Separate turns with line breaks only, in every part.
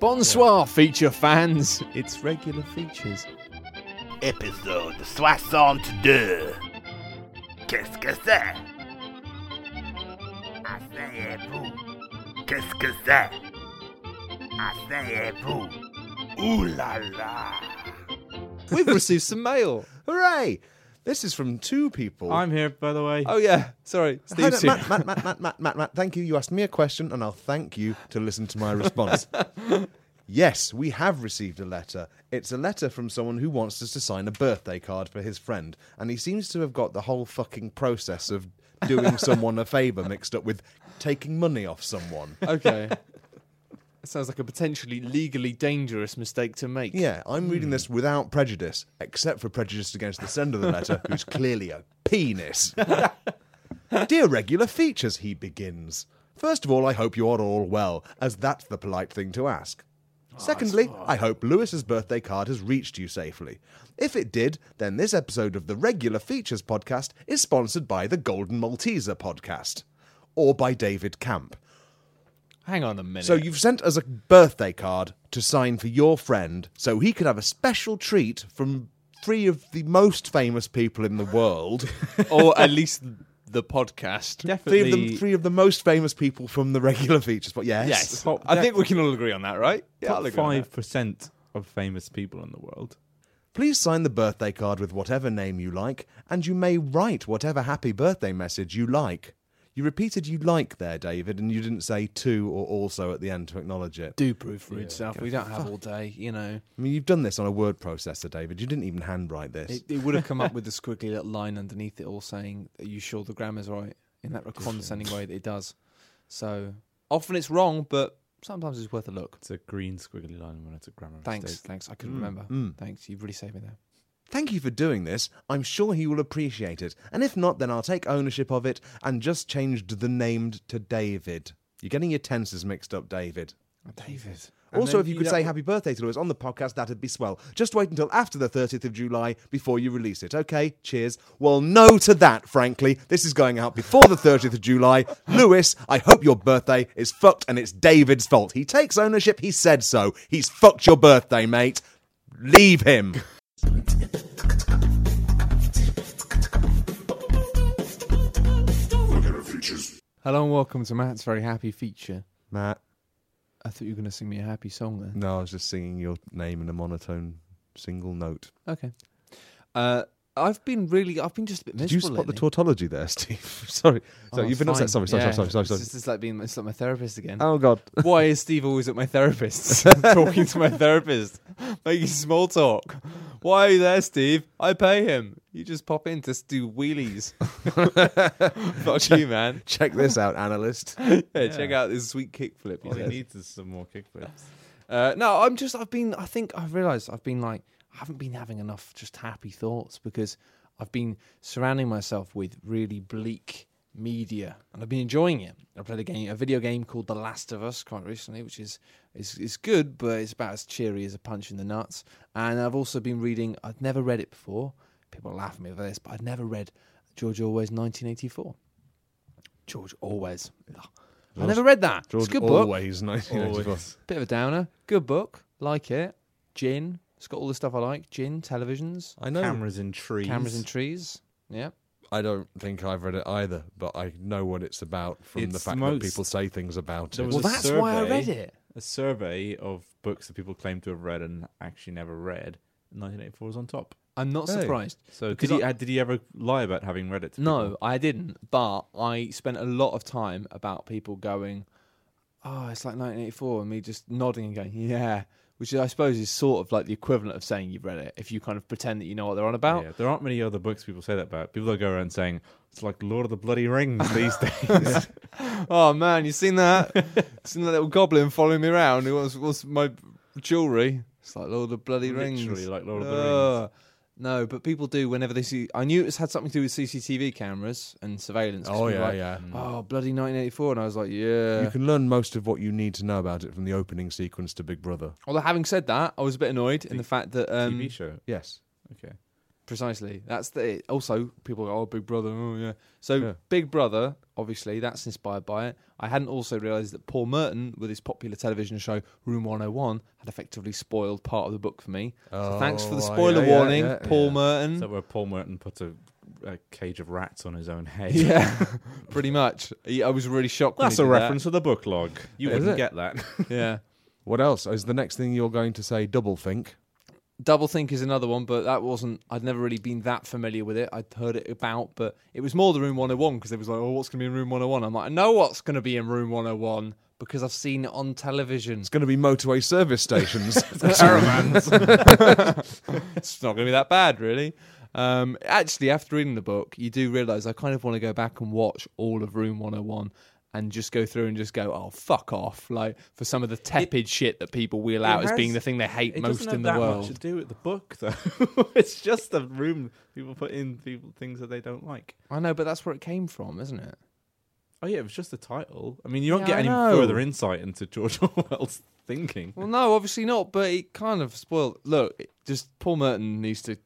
Bonsoir, feature fans.
It's regular features.
Épisode 62. Qu'est-ce que c'est? Asseyez-vous. Qu'est-ce que c'est? Asseyez-vous. Ouh là là.
We've received some mail.
Hooray! This is from two people.
I'm here, by the way.
Oh yeah, sorry,
Hi
Steve.
there,
Sim-
Matt, Matt, Matt, Matt, Matt, Matt, Matt, thank you. You asked me a question, and I'll thank you to listen to my response. yes, we have received a letter. It's a letter from someone who wants us to sign a birthday card for his friend, and he seems to have got the whole fucking process of doing someone a favour mixed up with taking money off someone.
okay. That sounds like a potentially legally dangerous mistake to make.
Yeah, I'm reading this without prejudice, except for prejudice against the sender of the letter, who's clearly a penis. Dear regular features, he begins. First of all, I hope you are all well, as that's the polite thing to ask. Secondly, I hope Lewis's birthday card has reached you safely. If it did, then this episode of the Regular Features podcast is sponsored by the Golden Malteser podcast, or by David Camp.
Hang on a minute.
So you've sent us a birthday card to sign for your friend, so he could have a special treat from three of the most famous people in the world.
or at least the podcast.
three
Definitely.
of them, three of the most famous people from the regular features. But yes,
Yes,
Top-
I think we can all agree on that, right? Yeah, I'll
top
agree on that.
five percent of famous people in the world.
please sign the birthday card with whatever name you like, and you may write whatever happy birthday message you like. You repeated you like there, David, and you didn't say to or also at the end to acknowledge it.
Do proofread stuff. We don't have all day, you know.
I mean, you've done this on a word processor, David. You didn't even handwrite this.
It, it would have come up with a squiggly little line underneath it all saying, Are you sure the grammar's right? In that condescending way that it does. So often it's wrong, but sometimes it's worth a look.
It's a green squiggly line when it's a grammar
Thanks,
mistake.
thanks. I couldn't
Mm.
remember. Thanks. You've really saved me there.
Thank you for doing this. I'm sure he will appreciate it. And if not, then I'll take ownership of it and just changed the named to David. You're getting your tenses mixed up, David.
David.
also, if you could say happy birthday to Lewis on the podcast, that'd be swell. Just wait until after the 30th of July before you release it. Okay, cheers. Well, no to that, frankly. This is going out before the 30th of July. Lewis, I hope your birthday is fucked and it's David's fault. He takes ownership, he said so. He's fucked your birthday, mate. Leave him.
Hello and welcome to Matt's Very Happy feature.
Matt.
I thought you were going to sing me a happy song then.
No, I was just singing your name in a monotone single note.
Okay. Uh, I've been really, I've been just a bit
Did
miserable.
you spot the
lately.
tautology there, Steve? sorry. So
Oh,
you've been upset.
fine.
Sorry, sorry,
Yeah.
sorry, sorry, sorry.
It's just it's like being, it's like my therapist again.
Oh God.
Why is Steve always at my therapist's? talking to my therapist, making small talk. Why are you there, Steve? I pay him. You just pop in to s- do wheelies. Not you, man.
Check this out, analyst.
Yeah, Check out this sweet kickflip. he
All he
says.
needs is some more kickflips.
Uh, no, I'm just. I've been. I think I've realised. I've been like. I haven't been having enough just happy thoughts because I've been surrounding myself with really bleak media, and I've been enjoying it. I played a game, a video game called The Last of Us, quite recently, which is is is good, but it's about as cheery as a punch in the nuts. And I've also been reading. I'd never read it before. People laugh at me for this, but I'd never read George Orwell's 1984. George Orwell's. Ugh. I never read that. it's a good book.
Always 1984.
Bit of a downer. Good book. Like it. Gin. It's got all the stuff I like. Gin,
Oh,
televisions,
I know.
Cameras in trees.
cameras and trees. Yeah.
I don't think I've read it either, but I know what it's about from the
It's
fact
most-
that people say things about
There
it.
was
Well,
a
that's why I read
survey.
it.
A survey of books that people claim to have read and actually never read. 1984 is on top.
I'm not
Hey.
surprised.
Oh. So
Because
did he
I-
uh, did he ever lie about having read it? To
No,
people?
I didn't. But I spent a lot of time about people going, oh, it's like 1984, and me just nodding and going, yeah. Which I suppose is sort of like the equivalent of saying you've read it if you kind of pretend that you know what they're on about.
Yeah, there aren't many other books people say that about. People that go around saying it's like Lord of the Bloody Rings these days.
Oh man, you seen that? seen that little goblin following me around? Who wants, wants my jewelry? It's like Lord of the Bloody Rings. Uh,
Literally like Lord of the
Ugh. No, but people do whenever they see. I knew it's had something to do with CCTV cameras and surveillance. 'cause
Oh
people
yeah,
were like,
yeah.
Oh bloody 1984, and I was like, yeah.
You can learn most of what you need to know about it from the opening sequence to Big Brother.
Although having said that, I was a bit annoyed in the fact that um,
TV show.
Yes.
Okay.
precisely. That's the. Also, people go, "Oh, Big Brother." Oh, yeah. So,
Yeah.
Big Brother, obviously, that's inspired by it. I hadn't also realised that Paul Merton, with his popular television show Room 101, had effectively spoiled part of the book for me. so, thanks for the
Oh,
spoiler
yeah, yeah,
warning,
yeah,
Paul
yeah.
Merton.
Is that where Paul Merton put a, a cage of rats on his own head?
yeah, pretty much. He- I was really shocked. when
That's
he
a
did that.
reference to the book log. You
Is
wouldn't
it?
get that.
Yeah.
What else? Is the next thing you're going to say double think?
Doublethink is another one, but that wasn't. I'd never really been that familiar with it. I'd heard it about, but it was more the Room 101 because it was like, oh, what's going to be in Room 101? I'm like, I know what's going to be in Room 101 because I've seen it on television.
It's going to be motorway service stations.
Caravans.
it's not going to be that bad, really. Um, actually, after reading the book, you do realise I kind of want to go back and watch all of Room 101 and just go through and just go, oh, fuck off. Like, for some of the tepid shit that people wheel out as
has-
being the thing they hate
it
most
doesn't
in
have
the
that
world.
much to do with the book, though. it's just a room people put in people, things that they don't like.
I know, but that's where it came from, isn't it?
Oh yeah, it was just the title. I mean, you don't
Yeah,
get
I
any
know.
further insight into George Orwell's thinking.
Well, no, obviously not. But it kind of spoiled. Look, it- just Paul Merton needs to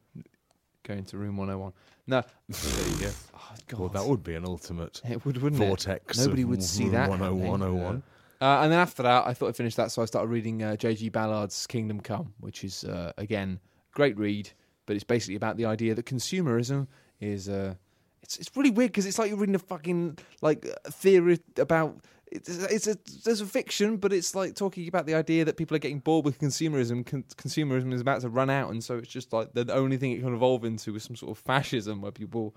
go into room 101. No,
There you go.
oh, God,
well, that would be an ultimate
it would, wouldn't it?
vortex.
Nobody
of
would see that happening.
101.
Uh, and then after that, I thought I'd finish that, so I started reading uh, J.G. Ballard's Kingdom Come, which is uh, again great read, but it's basically about the idea that consumerism is. Uh, it's it's really weird because it's like you're reading a fucking like theory about. It's, it's a there's a fiction, but it's like talking about the idea that people are getting bored with consumerism. Con- consumerism is about to run out, and so it's just like the only thing it can evolve into is some sort of fascism where people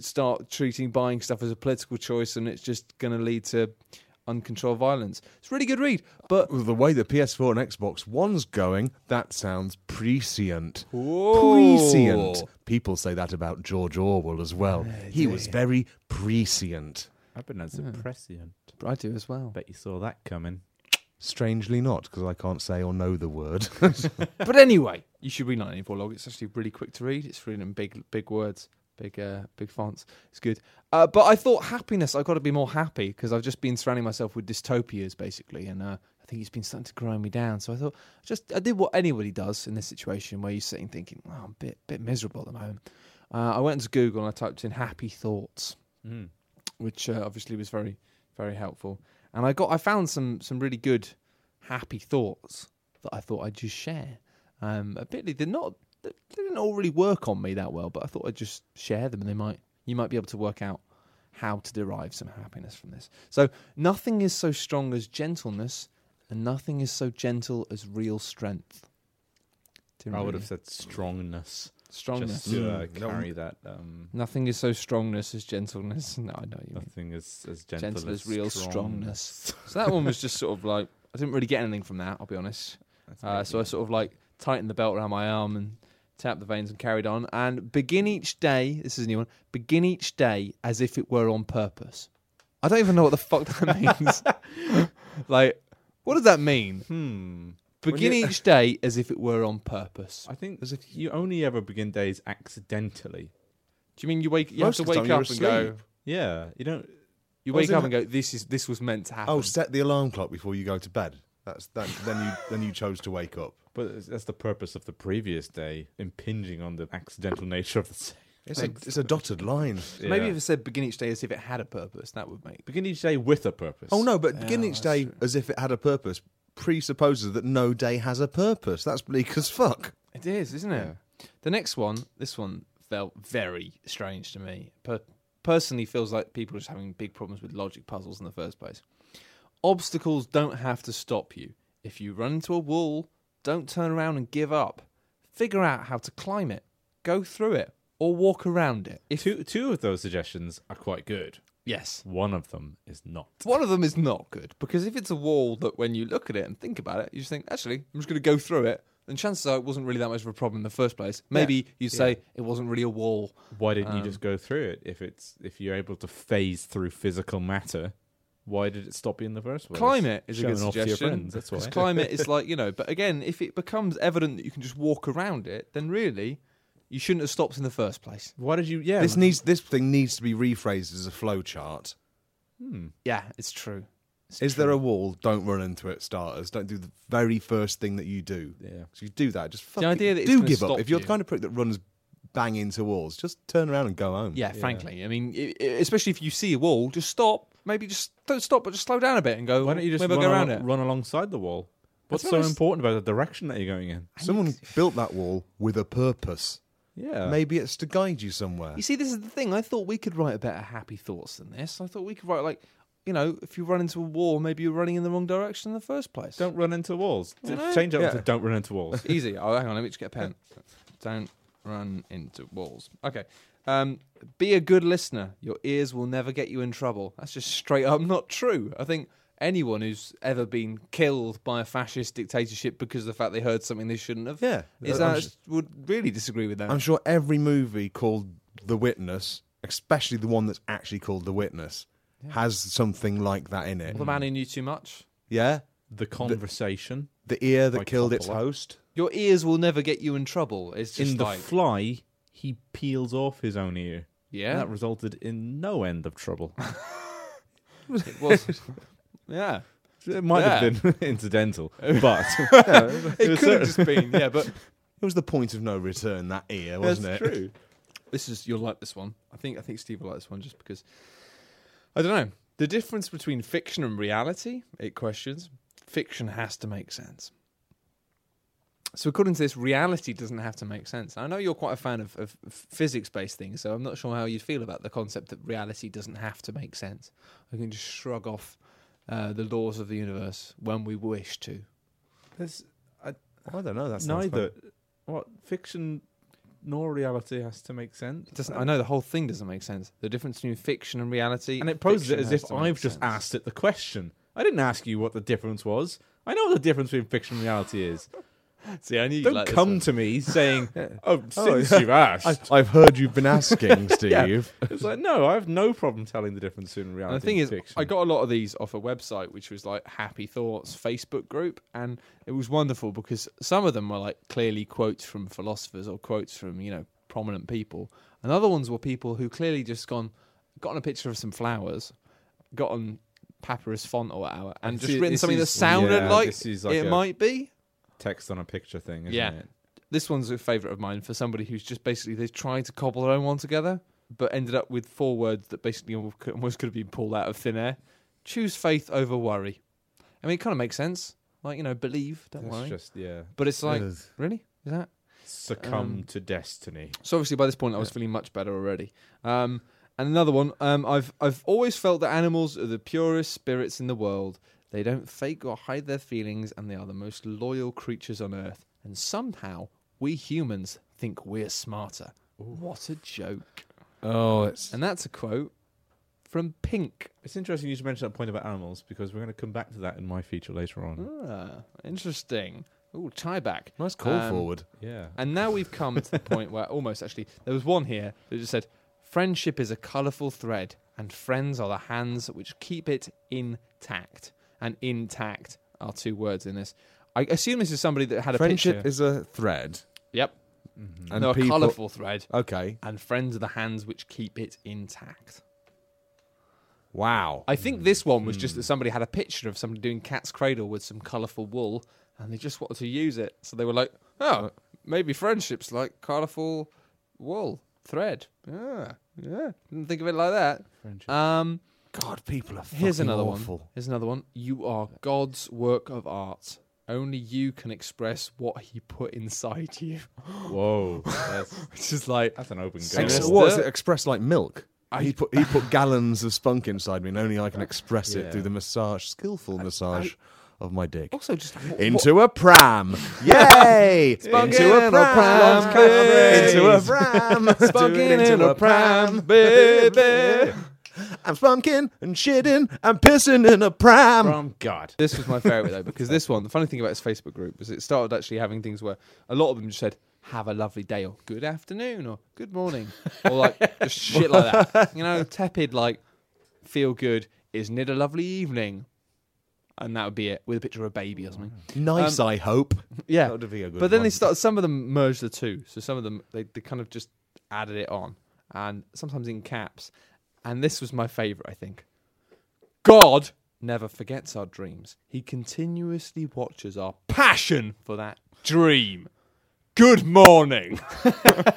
start treating buying stuff as a political choice, and it's just going to lead to uncontrolled violence. It's a really good read, but
With the way the PS4 and Xbox One's going, that sounds prescient. Prescient. People say that about George Orwell as well. He was very prescient.
I've been as
Hmm.
a prescient.
I do as well.
Bet you saw that coming.
Strangely not, because I can't say or know the word.
But anyway, you should read 1984 log. It's actually really quick to read. It's written in big, big words, big, uh, big fonts. It's good. Uh, but I thought happiness. I've got to be more happy because I've just been surrounding myself with dystopias basically, and uh, I think it's been starting to grind me down. So I thought, just I did what anybody does in this situation where you're sitting thinking, oh, I'm a bit, bit miserable at the moment. Uh, I went into Google and I typed in happy thoughts.
Mm.
which uh, obviously was very very helpful. And I got I found some some really good happy thoughts that I thought I'd just share. Um, admittedly, they're not they they didn't all really work on me that well, but I thought I'd just share them, and they might you might be able to work out how to derive some happiness from this. So nothing is so strong as gentleness, and nothing is so gentle as real strength. Didn't
I would
really-
have said strongness.
strongness.
Just to uh,
Mm.
carry that. Um,
Nothing is so strongness as gentleness. No, I know what you mean.
nothing as as gentle,
gentle, as, real strongness. so that one was just sort of like I didn't really get anything from that. I'll be honest.
That's
Uh,
great,
so I
yeah.
sort of like tightened the belt around my arm and tapped the veins and carried on. And begin each day. This is a new one. Begin each day as if it were on purpose. I don't even know what the fuck that means. like, what does that mean?
Hmm.
Begin
you-
each day as if it were on purpose.
I think as if you only ever begin days accidentally.
Do you mean you wake? You
Most
have
of
to
the
wake
time
up
you're
and go.
asleep.
Yeah, you don't.
You
I was
wake
in
up
a-
and go. This is this was meant to happen.
oh, set the alarm clock before you go to bed. That's that. Then you then you chose to wake up.
But it's- that's the purpose of the previous day, impinging on the accidental nature of the. s-
It's a, it's a dotted line.
So Maybe
Yeah.
if it said begin each day as if it had a purpose, that would make
Begin each day with a purpose.
Oh no, but begin
Yeah,
each
that's
day as if it had a purpose presupposes that no day has a purpose. That's bleak as fuck.
It is, isn't it? The next one, this one felt very strange to me. Per- personally, feels like people are just having big problems with logic puzzles in the first place. Obstacles don't have to stop you. If you run into a wall, don't turn around and give up. Figure out how to climb it, go through it, or walk around it. If
Two two of those suggestions are quite good.
yes,
One of them is not.
one of them is not good because if it's a wall that when you look at it and think about it, you just think, actually, I'm just going to go through it. Then chances are it wasn't really that much of a problem in the first place. Maybe you say it wasn't really a wall.
Why didn't you just go through it if it's if you're able to phase through physical matter? Why did it stop you in the first place?
Climate is
Showing
a good
off to
suggestion.
your friends. That's why.
'cause climate is like you know, but again, if it becomes evident that you can just walk around it, then really, you shouldn't have stopped in the first place.
Why did you? Yeah.
This needs this thing needs to be rephrased as a flow chart.
Yeah, it's true. It's
Is there a wall? Don't run into it, starters. Don't do the very first thing that you do.
Yeah.
So you do that. Just fucking
idea that it's
do
gonna
give up.
stop
If you're the
you.
kind of prick that runs bang into walls. Just turn around and go home.
Yeah, frankly. I mean, i i especially if you see a wall, just stop. Maybe just don't stop, but just slow down a bit and go.
Why don't you just
maybe
run,
I'll go around
al-
it?
run alongside the wall? What's
what
so
I was-
important about the direction that you're going in?
Someone built that wall with a purpose.
Uh.
Yeah.
Maybe it's to guide you somewhere.
You see, this is the thing. I thought we could write a better happy thoughts than this. I thought we could write like, you know, if you run into a wall, maybe you're running in the wrong direction in the first place.
Don't run into walls. D-
know?
Change it up
Yeah.
to don't run into walls.
easy. Oh, hang on. Let me just get a pen. Don't run into walls. Okay. Um, be a good listener. Your ears will never get you in trouble. That's just straight up not true. I think anyone who's ever been killed by a fascist dictatorship because of the fact they heard something they shouldn't have,
Yeah.
is
I'm
that,
s-
would really disagree with that.
I'm sure every movie called The Witness, especially the one that's actually called The Witness, has something like that in it.
the man who knew too much.
Yeah?
The conversation
The ear that killed its
Coppola.
host.
Your ears will never get you in trouble. It's just
in the
like
fly, he peels off his own ear.
Yeah.
And that resulted in no end of trouble.
it was. yeah.
it might have been incidental, but
It,
was
could have just been, yeah, but
It was the point of no return, that ear,
that's
wasn't it?
true.
this is you'll like this one. I think I think Steve will like this one just because I don't know. The difference between fiction and reality, it questions. Fiction has to make sense. So according to this, reality doesn't have to make sense. I know you're quite a fan of, of physics based things, so I'm not sure how you feel about the concept that reality doesn't have to make sense. We can just shrug off uh, the laws of the universe when we wish to.
There's
I don't know. That's
neither what fiction nor reality has to make sense.
It doesn't I know the whole thing doesn't make sense. The difference between fiction and reality
And it poses it
fiction
as
has
if
to make
I've just
sense.
asked it the question. I didn't ask you what the difference was. I know what the difference between fiction and reality is.
See, I knew you'd
Don't
like this
come
one.
to me saying, "Oh, since you've
I,
asked."
I've heard you've been asking, Steve.
It's like, no, I have no problem telling the difference between reality
And the thing
and
is,
fiction.
I got a lot of these off a website, which was like Happy Thoughts Facebook group, and it was wonderful because some of them were like clearly quotes from philosophers or quotes from you know prominent people, and other ones were people who clearly just gone gotten a picture of some flowers, gotten papyrus font or whatever, and just
See,
written
this
something that
is-
sounded
yeah,
like,
this is like
it
a-
might be.
text on a picture thing, isn't
Yeah.
it?
This one's a favourite of mine for somebody who's just basically they tried to cobble their own one together, but ended up with four words that basically almost could almost could have been pulled out of thin air. Choose faith over worry. I mean, it kind of makes sense. Like you know, believe, don't
It's
worry.
just yeah,
But it's like,
Ugh.
really, is that?
succumb to destiny.
So obviously, by this point, I was feeling much better already. Um, and another one, um, I've I've always felt that animals are the purest spirits in the world. They don't fake or hide their feelings, and they are the most loyal creatures on earth. And somehow, we humans think we're smarter. What a joke!
Oh, it's
And that's a quote from Pink.
It's interesting you should mention that point about animals because we're going to come back to that in my feature later on.
Ah, interesting. Ooh, tie back.
nice call
Um,
forward.
Yeah,
And now we've come to the point where almost actually there was one here that just said, "Friendship is a colourful thread, and friends are the hands which keep it intact." And intact are two words in this. I assume this is somebody that had a
Friendship
picture.
is a thread.
Yep,
And
no,
people,
a colourful thread,
Okay.
and friends are the hands which keep it intact.
Wow.
I think this one was
Hmm.
just that somebody had a picture of somebody doing cat's cradle with some colourful wool, and they just wanted to use it, so they were like, "Oh, maybe friendships like colourful wool thread." Yeah, yeah. Didn't think of it like that. Um,
God, people are
here's
fucking
another one.
awful.
Here's another one. You are God's work of art. Only you can express what He put inside you.
whoa, that's,
It's just like
that's an open
Ex-
Ex-
Sinister.
goal.
what is it? Expressed like milk. he put he put gallons of spunk inside me, and only I can express it
Yeah.
through the massage, skillful massage of my dick.
also just what-
Into a pram, yay! into
in a
a
pram,
pram,
babe.
into a pram,
Spunking
Doing
in a pram, baby.
I'm spunking and shitting, I'm pissing in a pram.
From God,
This was my favourite though, because this one, the funny thing about this Facebook group is it started actually having things where a lot of them just said, have a lovely day or good afternoon or good morning or like just shit like that. You know, tepid like feel good, isn't it a lovely evening? And that would be it with a picture of a baby or something.
Nice,
um,
I hope.
Yeah.
That would be a good
but then they
one.
started some of them merged the two. So some of them they, they kind of just added it on and sometimes in caps. And this was my favourite, I think. God never forgets our dreams. He continuously watches our passion for that dream. Good morning.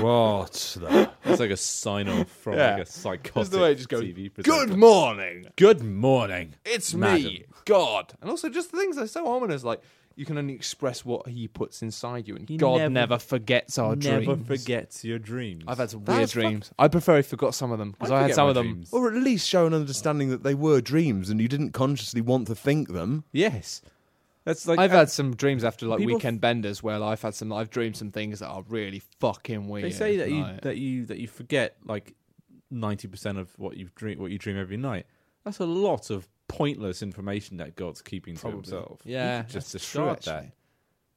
What the?
It's like a sign off from
Yeah.
like a psychotic
the way it just goes,
TV presenter.
Good morning.
Good morning.
It's
Madam.
me, God. And also just the things that are so ominous, like you can only express what he puts inside you, and
He
God never,
never-
forgets our
Never
dreams.
forgets your dreams.
I've had some
That
weird
is fuck-
dreams. I prefer he forgot some of them because
I
I, had
forget
some
my
of them.
dreams.
Or at least show an understanding that they were dreams and you didn't consciously want to think them.
yes. That's like
I've had some dreams after like
People f-
weekend benders where I've had some. I've dreamed some things that are really fucking weird.
They say that you
like-
that you that you forget like ninety percent of what you dream what you dream every night. That's a lot of pointless information that God's keeping to himself. He
Yeah,
could just
that's
discard
true,
that.
actually.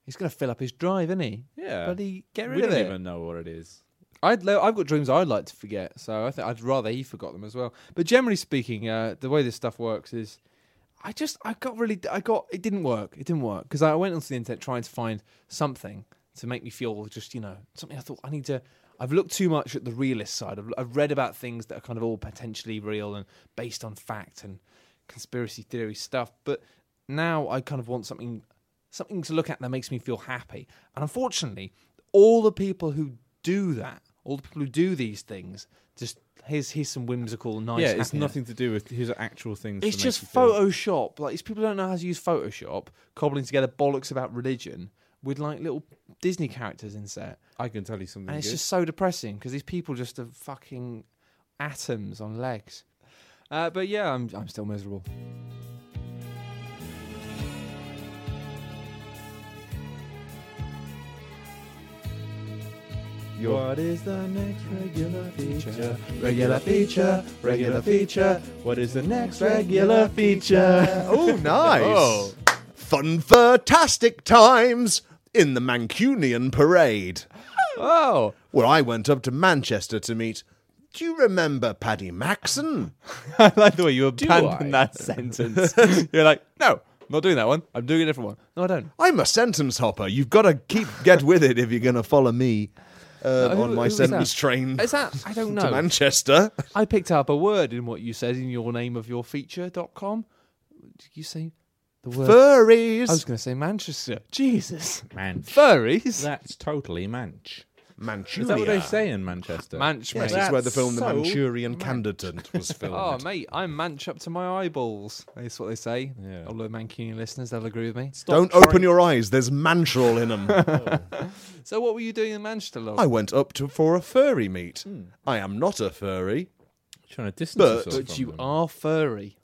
He's gonna fill up his drive, isn't he?
Yeah,
But he get
we
rid of
don't
it.
even know what it is.
I'd lo- I've got dreams I'd like to forget, so I think I'd rather he forgot them as well. But generally speaking, uh, the way this stuff works is, I just I got really I got it didn't work. It didn't work because I went onto the internet trying to find something to make me feel just you know something. I thought I need to. I've looked too much at the realist side. I've, I've read about things that are kind of all potentially real and based on fact and conspiracy theory stuff. But now I kind of want something something to look at that makes me feel happy. And unfortunately, all the people who do that, all the people who do these things, just here's here's some whimsical nice.
yeah, it's
happiness.
nothing to do with his actual things.
It's
that make
just
you feel-
Photoshop. Like these people don't know how to use Photoshop, cobbling together bollocks about religion with like little Disney characters inset,
I can tell you something.
and it's
good.
just so depressing because these people just are fucking atoms on legs. Uh, but yeah, I'm I'm still miserable.
What is the next regular feature?
Regular feature, regular feature.
What is the next regular feature?
Oh, nice.
Oh.
Fun, fantastic times in the Mancunian Parade,
Oh,
where I went up to Manchester to meet. Do you remember Paddy Maxon?
I like the way you
I?
abandon that sentence. You're like, no, I'm not doing that one. I'm doing a different one. No, I don't.
I'm a sentence hopper. You've got to keep get with it if you're going to follow me uh,
who-
on
who
my
is that?
sentence train
Is that? I don't
to
know.
Manchester.
I picked up a word in what you said in your name of your feature.com. Did you say the word?
Furries.
I was going to say Manchester. Jesus.
Manch.
Furries.
That's totally manch.
Manchuria.
Is that what they say in Manchester?
Manch,
Yes,
mate.
it's where the
That's
film The
so
Manchurian Candidate was filmed.
Oh, mate, I'm manch up to my eyeballs. That's what they say.
Yeah.
All the Mancunian listeners, they'll agree with me.
Don't open your eyes. There's mantrol in them.
So, what were you doing in Manchester, Log?
I went up to for a furry meet. I am not a furry.
Trying to distance
But-
yourself
but
from
you
them.
are furry.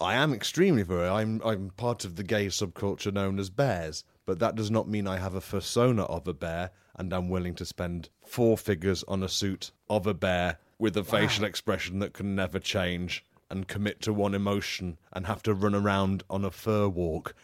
I am extremely furry. I'm I'm part of the gay subculture known as bears, but that does not mean I have a fursona of a bear and I'm willing to spend four figures on a suit of a bear with a facial expression that can never change and commit to one emotion and have to run around on a fur walk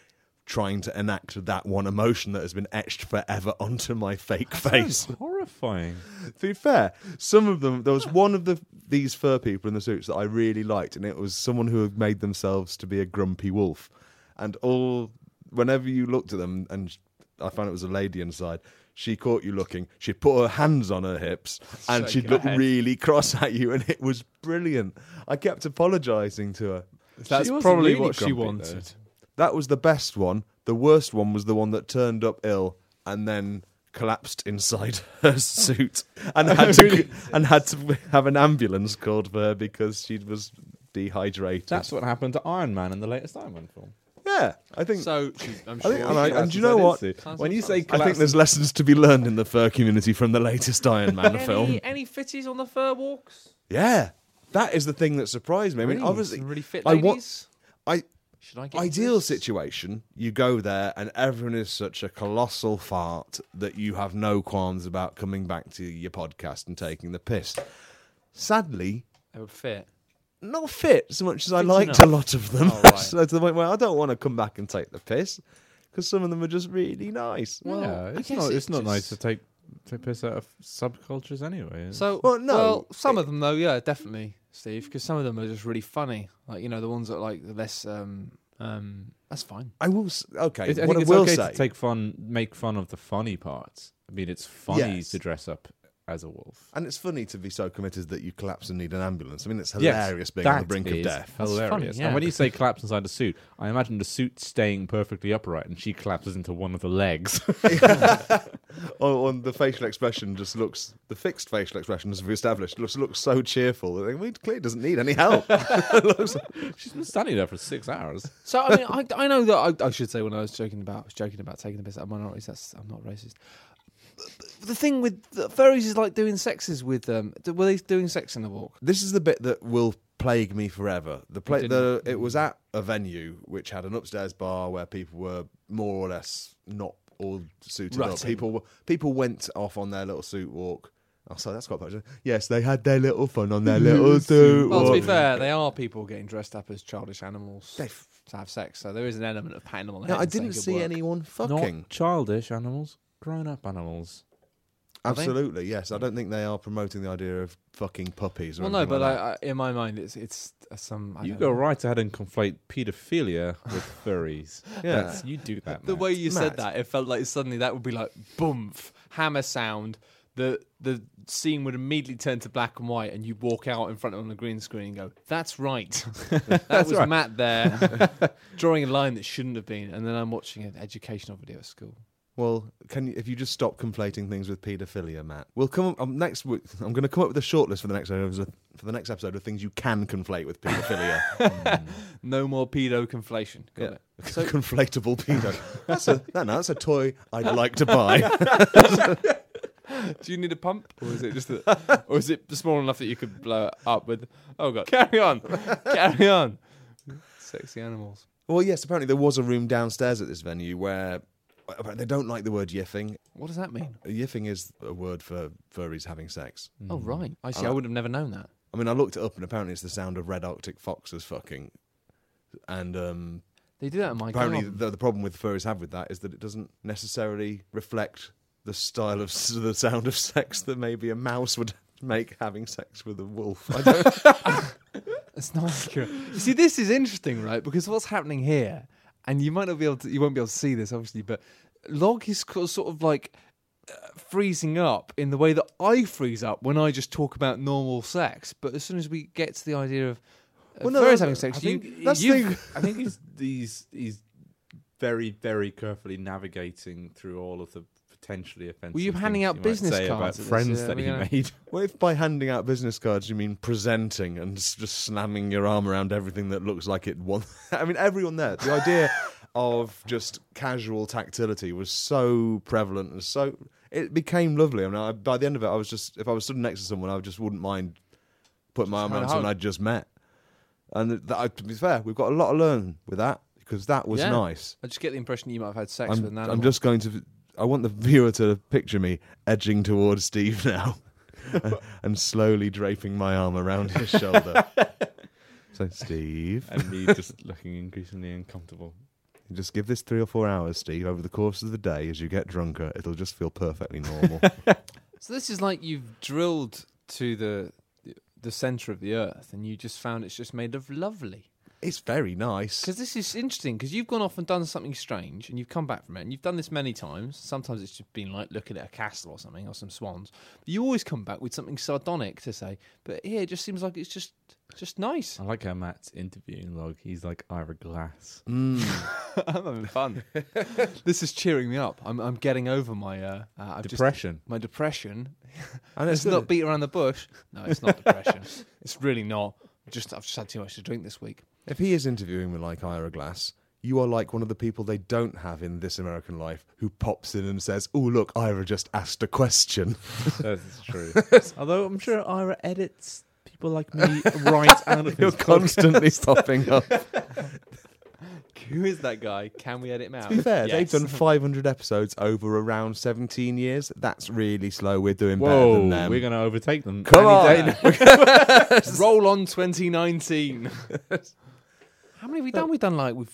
trying to enact that one emotion that has been etched forever onto my fake face.
horrifying.
to be fair, some of them there was one of the these fur people in the suits that I really liked, and it was someone who had made themselves to be a grumpy wolf. And all whenever you looked at them, and I found it was a lady inside. She caught you looking. She'd put her hands on her hips, and she'd look really cross at you, and it was brilliant. I kept apologising to her.
That's
wasn't
probably
really
what she
grumpy, though.
wanted.
That was the best one. The worst one was the one that turned up ill and then collapsed inside her suit and had to and had to have an ambulance called for her because she was dehydrated.
That's what happened to Iron Man in the latest Iron Man film.
yeah, I think.
So, she- I'm
I
sure.
think, and, I, and do you
Collapses,
know
I
what?
did see.
Sounds
When
like
you say
something.
I think
collapses,
there's lessons to be learned in the fur community from the latest Iron Man film.
any, any fitties on the fur walks?
Yeah, that is the thing that surprised me. I mean,
Really?
obviously,
Some really fit
I
ladies.
want. I
Should I get
ideal
into this?
situation you go there and everyone is such a colossal fart that you have no qualms about coming back to your podcast and taking the piss sadly
They would fit.
not fit so much as i
Fit
liked a
enough.
lot of them
Oh, right.
so to the point where i don't want to come back and take the piss because some of them are just really nice well,
yeah,
I
it's
guess
not.
it
it's not nice
just-
to take take piss out of subcultures anyway. It's-
So,
Well, no,
well, some of them though, yeah, definitely, Steve, because some of them are just really funny. Like you know, the ones that are, like the less. Um, um, that's fine.
i will s- okay
It- I
what
think
i
it's
will
okay
say
to take fun, make fun of the funny parts. I mean, it's funny
Yes.
to dress up as a wolf.
And it's funny to be so committed that you collapse and need an ambulance. I mean, it's
Yes,
hilarious being on the
that
brink
is
of death.
Hilarious.
funny, yeah.
And when you say collapse inside a suit, I imagine the suit staying perfectly upright, and she collapses into one of the legs.
Oh, on the facial expression just looks, the fixed facial expression, as we established, looks, looks so cheerful that they- we clearly doesn't need any help. Looks-
She's been standing there for six hours.
So I mean, I, I know that I, I should say when I was joking about I was joking about taking the piss out of minorities. That's I'm not racist. But The thing with the furries is like doing sexes with them. Um, were they doing sex in the walk?
this is the bit that will plague me forever. The, pla- the It was at a venue which had an upstairs bar where people were more or less not all suited up.
Rutting.
People, were- people went off on their little suit walk. Oh, sorry, that's quite bad. Yes, they had their little fun on their little suit
Well, to be
walk.
fair, they are people getting dressed up as childish animals
They f-
to have sex. So there is an element of patting them on the
No,
head
I
and saying
didn't
good
see
work.
anyone fucking.
Not childish animals, grown-up animals.
they?
Absolutely, yes. I don't think they are promoting the idea of fucking puppies. Or
Well, no,
anything
but
like
I, I, in my mind, it's it's uh, some. I
You
don't
go
know.
right ahead and conflate paedophilia with furries.
Yeah.
That's- you do that.
The
Matt.
way you said
Matt.
that, it felt like suddenly that would be like boomf hammer sound. The the scene would immediately turn to black and white, and you walk out in front of on the green screen and go, "That's right, that was
right.
Matt there drawing a line that shouldn't have been." And then I'm watching an educational video at school.
Well, can you, if you just stop conflating things with paedophilia, Matt? We'll come um, next week. I'm going to come up with a shortlist for the next episode, for the next episode of things you can conflate with paedophilia.
No more pedo conflation. Got it.
Conflatable pedo. That's a no, no, that's a toy I'd like to buy.
Do you need a pump, or is it just, a, or is it small enough that you could blow it up with? Oh god, carry on, carry on. Sexy animals.
well, yes. Apparently, there was a room downstairs at this venue where apparently they don't like the word yiffing.
What does that mean?
Yiffing is a word for furries having sex.
Oh right, I see. I would have never known that.
I mean, I looked it up, and apparently, it's the sound of red Arctic foxes fucking. And um,
They do that in my
apparently
garden.
the, the problem with furries have with that is that it doesn't necessarily reflect the style of s- the sound of sex that maybe a mouse would make having sex with a wolf. I don't,
It's not accurate. You see, this is interesting, right? Because what's happening here, and you might not be able to, you won't be able to see this, obviously, but Log is co- sort of like uh, freezing up in the way that I freeze up when I just talk about normal sex. But as soon as we get to the idea of uh,
Well, no,
furries
I-
having sex,
I
you,
think that's
you,
the thing.
I think he's he's he's very very carefully navigating through all of the potentially offensive.
Were you
things
handing out
he might
business
say
cards at
about
this? uh,
friends
Yeah,
that
we're
he
gonna-
made?
what if by handing out business cards you mean presenting and s- just slamming your arm around everything that looks like it wants? I mean, everyone there. The idea of just casual tactility was so prevalent and so it became lovely. I mean, I, by the end of it, I was just if I was stood next to someone, I just wouldn't mind putting my arm
trying to
around someone
hug.
I'd just met. And th- that, to be fair, we've got a lot to learn with that because that was
Yeah.
nice.
I just get the impression you might have had sex with
I'm,
an animal.
I'm just going to. I want the viewer to picture me edging towards Steve now, and slowly draping my arm around his shoulder. so, Steve,
and me just looking increasingly uncomfortable.
just give this three or four hours, Steve, over the course of the day. As you get drunker, it'll just feel perfectly normal.
So this is like you've drilled to the the center of the earth, and you just found it's just made of lovely.
it's very nice.
Because this is interesting. Because you've gone off and done something strange, and you've come back from it, and you've done this many times. Sometimes it's just been like looking at a castle or something, or some swans. But you always come back with something sardonic to say. But here, it just seems like it's just just nice.
I like how Matt's interviewing log. He's like Ira Glass.
Mm. I'm having fun. this is cheering me up. I'm I'm getting over my uh, uh I've just-
Depression.
my depression.
And
Let's not beat around the bush. No, it's not depression. it's really not. Just I've just had too much to drink this week.
If he is interviewing me like Ira Glass, you are like one of the people they don't have in This American Life who pops in and says, Oh, look, Ira just asked a question.
That's true. Although I'm sure Ira edits people like me right out of
You're
his podcast.
constantly popping up.
Who is that guy? Can we edit him out?
Uh,
To be fair,
Yes.
they've done 500 episodes over around 17 years. That's really slow. We're doing better
Whoa,
than them.
we're going to overtake them.
Come on.
any day now.
Roll on 2019. How many have we done? We've done like we've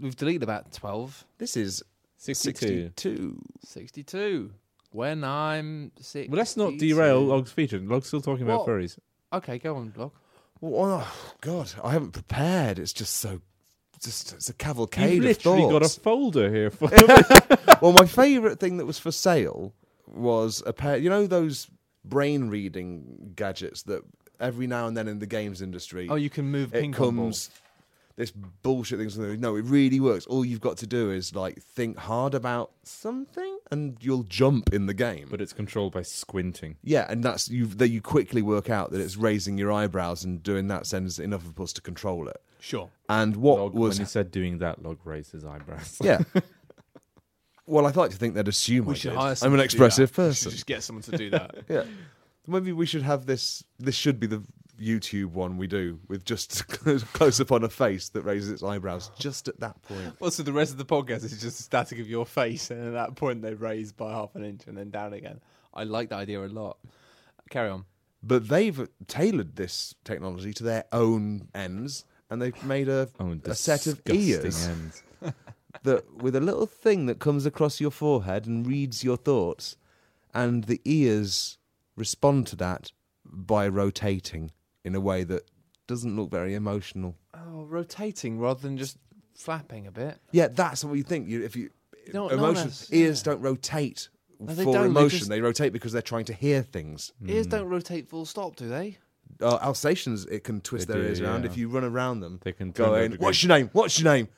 we've deleted about 12,
This is
62.
62.
62. When I'm six.
Well, let's not derail Log's feature. Log's still talking about
What?
furries.
Okay, go on, Log.
Oh, God. I haven't prepared. It's just so. Just, it's a cavalcade
You've
of
literally got a
thoughts.
folder here for
well, my favourite thing that was for sale was a pair. You know those brain reading gadgets that every now and then in the games industry
Oh, you can move
it
ping pong balls.
comes this bullshit thing. something- No, it really works. All you've got to do is like think hard about something, and you'll jump in the game.
but it's controlled by squinting.
yeah, and that's you. That you quickly work out that it's raising your eyebrows and doing that sends enough of us to control it.
Sure.
And what
Log,
was
when he said doing that, Log raised his eyebrows.
yeah. well, I'd like to think they'd assume
We
I
should
did.
hire.
I'm
someone to do
an
that.
expressive
We should
person.
Just get someone to do that.
Yeah. Maybe we should have this. This should be the YouTube one we do with just close up on a face that raises its eyebrows just at that point.
well, so the rest of the podcast is just the static of your face, and at that point they raise by half an inch and then down again. I like that idea a lot. Carry on.
But they've tailored this technology to their own ends, and they've made a,
Oh,
a set of
disgusting
ears
ends.
that with a little thing that comes across your forehead and reads your thoughts, and the ears respond to that by rotating in a way that doesn't look very emotional.
Oh, rotating rather than just flapping a bit.
Yeah, that's what you think. You, if you
No, no,
emotion,
that's-
ears don't rotate
they
for
don't, they
emotion. They,
just-
rotate because they're trying to hear things.
Mm.
Ears don't rotate full stop, do they?
Uh, Alsatians, it can twist
They
their
do,
ears around.
yeah.
If you run around them,
They can turn
going,
their
"What's your name? What's your name?"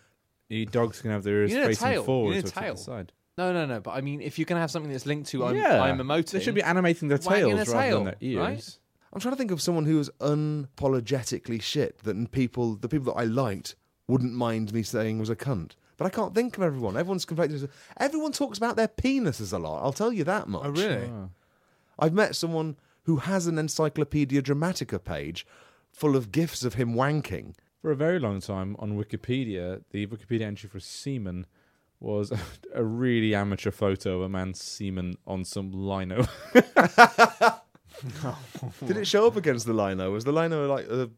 Your dogs can have their ears
You need a tail.
facing
You
forwards
need a
or to the
tail.
side.
No, no, no. But I mean, if you can have something that's linked to I'm, I'm emoting,
They should be animating their
wagging
tails
a
rather
tail,
than their ears.
right?
I'm trying to think of someone who was unapologetically shit that people, the people that I liked, wouldn't mind me saying was a cunt. But I can't think of everyone. Everyone's complaining. Everyone talks about their penises a lot. I'll tell you that much.
Oh, really?
I've met someone who has an Encyclopedia Dramatica page full of gifs of him wanking.
For a very long time on Wikipedia, the Wikipedia entry for semen was a really amateur photo of a man's semen on some lino.
Did it show up against the lino? Was the lino like a,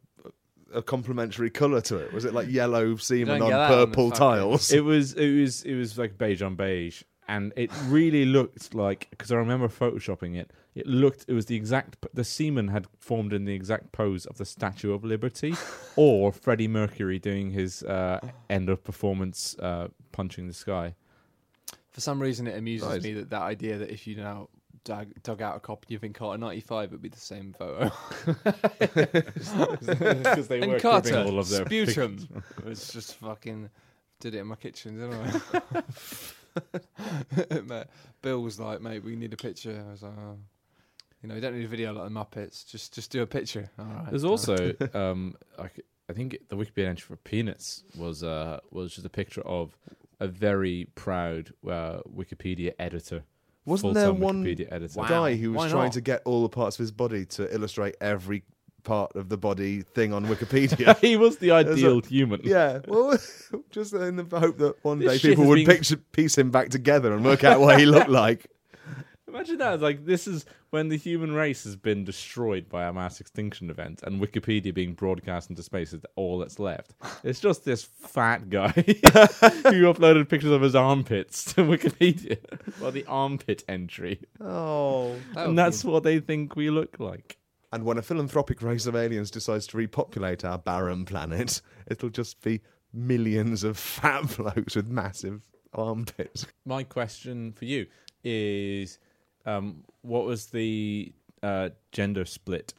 a complementary colour to it? Was it like yellow semen
Don't
on
get that on the
purple
fucking-
tiles?
it was it was it was like beige on beige and it really looked like because i remember photoshopping it it looked it was the exact p- the semen had formed in the exact pose of the statue of liberty or freddie mercury doing his uh, end of performance uh, punching the sky
For some reason, it amuses
Nice.
me that that idea that if you now dug, dug out a copy of Encarta 95, it would be the same photo.
because they were
Encarta,
all of their
sputum. it's just fucking did it in my kitchen, didn't I? Mate, Bill was like, "Mate, we need a picture." I was like, oh. "You know, you don't need a video like the Muppets. Just, just do a picture." All right.
There's also, um, I, c- I think the Wikipedia entry for peanuts was uh, was just a picture of a very proud uh, Wikipedia editor.
Wasn't there
full-time
one
Wikipedia editor?
Wow.
guy who
Why
was trying
not?
to get all the parts of his body to illustrate every part of the body thing on Wikipedia?
he was the ideal human.
yeah, well, just in the hope that one
This
day
shit
people
has
would
been-
picture, piece him back together and work out what he looked like.
Imagine that. Like this is when the human race has been destroyed by a mass extinction event, and Wikipedia being broadcast into space is all that's left. It's just this fat guy who uploaded pictures of his armpits to Wikipedia, well, the armpit entry,
Oh.
That would
and
be-
that's what they think we look like.
And when a philanthropic race of aliens decides to repopulate our barren planet, it'll just be millions of fat blokes with massive armpits.
my question for you is um, what was the uh, gender split?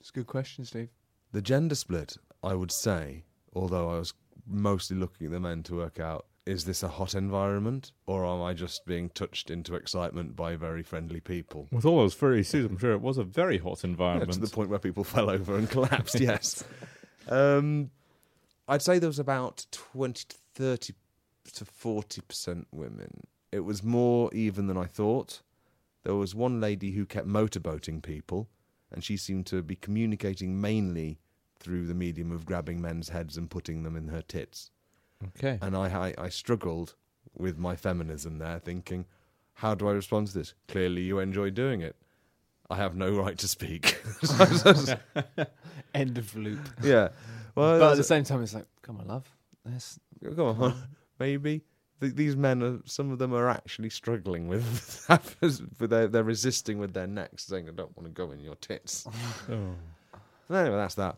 it's a good question, Steve.
The gender split, I would say, although I was mostly looking at the men to work out is this a hot environment or am I just being touched into excitement by very friendly people?
With all those furry suits, I'm sure it was a very hot
Yeah,
environment.
to the point where people fell over and collapsed, yes. Um, I'd say there was about 20 to 30 to 40% women. It was more even than I thought. There was one lady who kept motorboating people, and she seemed to be communicating mainly through the medium of grabbing men's heads and putting them in her tits.
okay.
And I, I, I struggled with my feminism there, thinking, how do I respond to this? Clearly, you enjoy doing it. I have no right to speak.
End of loop.
yeah. Well,
but at the
that's-
same time, it's like, come on, love. Let's
come on, maybe Th- these men are. Some of them are actually struggling with, but they're they're resisting with their necks, saying, "I don't want to go in your tits."
Oh.
And anyway, that's that.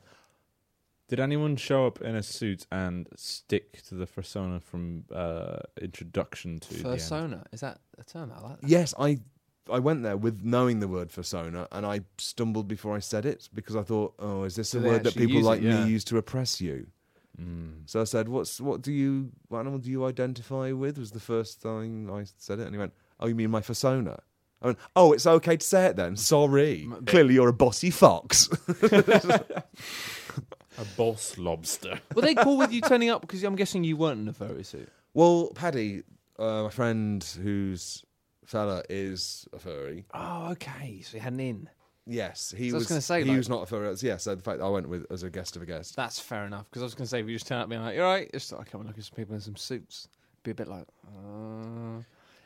Did anyone show up in a suit and stick to the persona from uh, introduction to the end?
persona. Is that a term? I like that.
Yes, I I went there with knowing the word persona, and I stumbled before I said it because I thought, "Oh, is this
Do
a
they
word that
actually
people
use it?
like
Yeah.
me use to oppress you?"
Hmm.
So I said, "What's what do you what animal do you identify with?" Was the first time I said it, and he went, "Oh, you mean my persona?" I went, "Oh, it's okay to say it then. Sorry. Clearly, you're a bossy fox."
A boss lobster.
Were they cool with you turning up? Because I'm guessing you weren't in a photo suit.
well, Paddy, uh, my friend whose fella is a furry.
Oh, okay. So you had an in.
Yes, he
So I was
was.
gonna say,
he
like-
was not a furry. Yeah, so the fact that I went with as a guest of a guest.
That's fair enough. Because I was going to say, if you just turn up being like, "You're right," just I come and look at some people in some suits. Be a bit like, uh...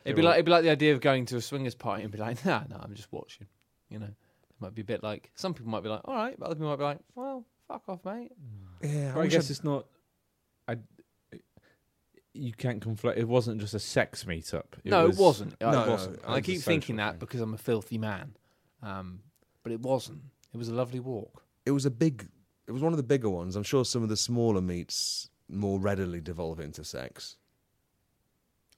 it'd be
all-
like it'd be like the idea of going to a swingers party and be like, "Nah, nah, I'm just watching." You know, it might be a bit like some people might be like, "All right," but other people might be like, "Well, fuck off, mate."
Yeah,
But I guess it's not. I. You can't conflate. It wasn't just a sex meetup.
no, it wasn't.
no,
it
no,
wasn't.
it
and I
was a
keep thinking
social
that
thing.
because I'm a filthy man, um, but it wasn't. It was a lovely walk.
it was a big. It was one of the bigger ones. I'm sure some of the smaller meets more readily devolve into sex,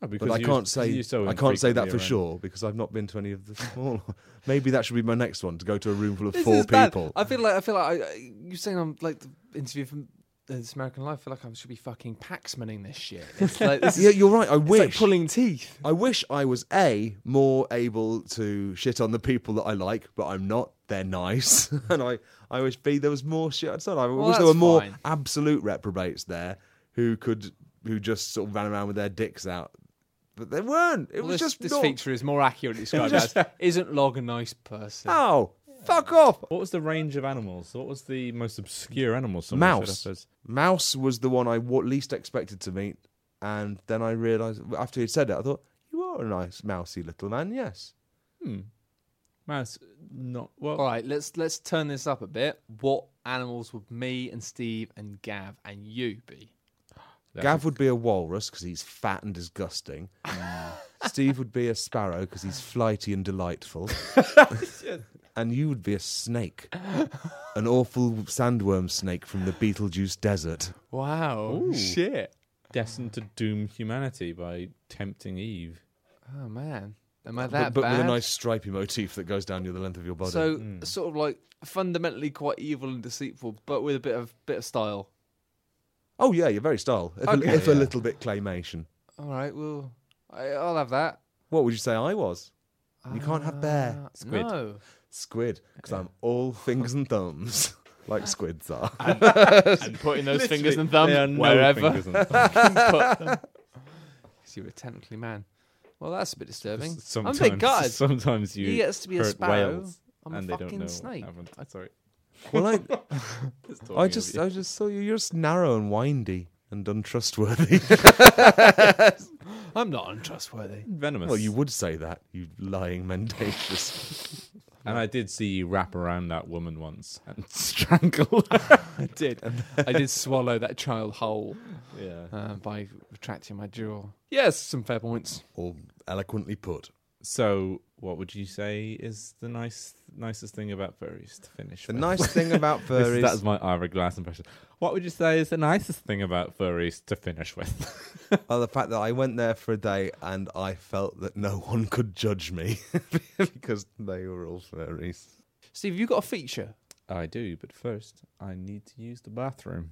Oh, because
but I
you-
can't say
you're so
I can't say that for
infrequently around.
sure because I've not been to any of the smaller. Maybe that should be my next one to go to a room full of
This
four
is bad.
people.
I feel like I feel like I, I- you're saying I'm like the interview from uh, This American Life. I feel like I should be fucking Paxmaning this shit. It's like this is
yeah, you're right. I
it's like
wish.
pulling teeth.
I wish I was a more able to shit on the people that I like, but I'm not. They're nice, and I, I wish b there was more shit outside. I wish there
that's
were more
fine.
absolute reprobates there who could who just sort of ran around with their dicks out, but they weren't. It
Well,
was
this,
just
this
not.
feature is more accurately described as isn't log a nice person.
Oh, fuck off!
What was the range of animals? What was the most obscure animal? someone showed
Mouse.
us as?
Mouse was the one I wa- least expected to meet, and then I realised after he'd said it, I thought you are a nice mousy little man. Yes.
Mouse. Not well.
All right, let's let's turn this up a bit. What animals would me and Steve and Gav and you be?
Gav would be a walrus because he's fat and disgusting.
Mm.
Steve would be a sparrow because he's flighty and delightful. and you would be a snake, an awful sandworm snake from the Beetlejuice desert.
Wow, shit.
destined to doom humanity by tempting Eve.
Oh man, am I
but
that
but
bad?
with a nice stripy motif that goes down the length of your body. Hmm.
so sort of like fundamentally quite evil and deceitful, but with a bit of bit of style.
oh yeah, you're very style. If, a,
Okay.
if a little bit claymation.
All right, well, I, I'll have that.
What would you say I was? You can't have bear,
Uh, No.
squid, because I'm all fingers and thumbs, like squids are.
And putting those
Literally,
fingers and
they are
thumbs
no
wherever.
fingers and thumbs.
Because you were technically man. Well, that's a bit disturbing.
sometimes,
I'm a bit gutted.
sometimes you
Oh, he gets to be a
hurt
sparrow.
whales
I'm
and
a
they don't
fucking
know what
snake.
happened. Sorry.
well, I,
It's
I
talking
just,
over
I just saw you. You're just narrow and windy and untrustworthy.
I'm not untrustworthy.
you. venomous.
well, you would say that, you lying mendacious.
and I did see you wrap around that woman once and strangle her.
I did. I did swallow that child whole
Yeah.
uh, by retracting my jaw. Yes, some fair points.
or eloquently put.
So, what would you say is the nice nicest thing about furries to finish?
The
with?
nice thing about
This-
furries.
That's my Ira Glass impression. What would you say is the nicest thing about furries to finish with?
Oh, the fact that I went there for a day and I felt that no one could judge me because they were all furries.
Steve, you got a feature.
I do, but first I need to use the bathroom.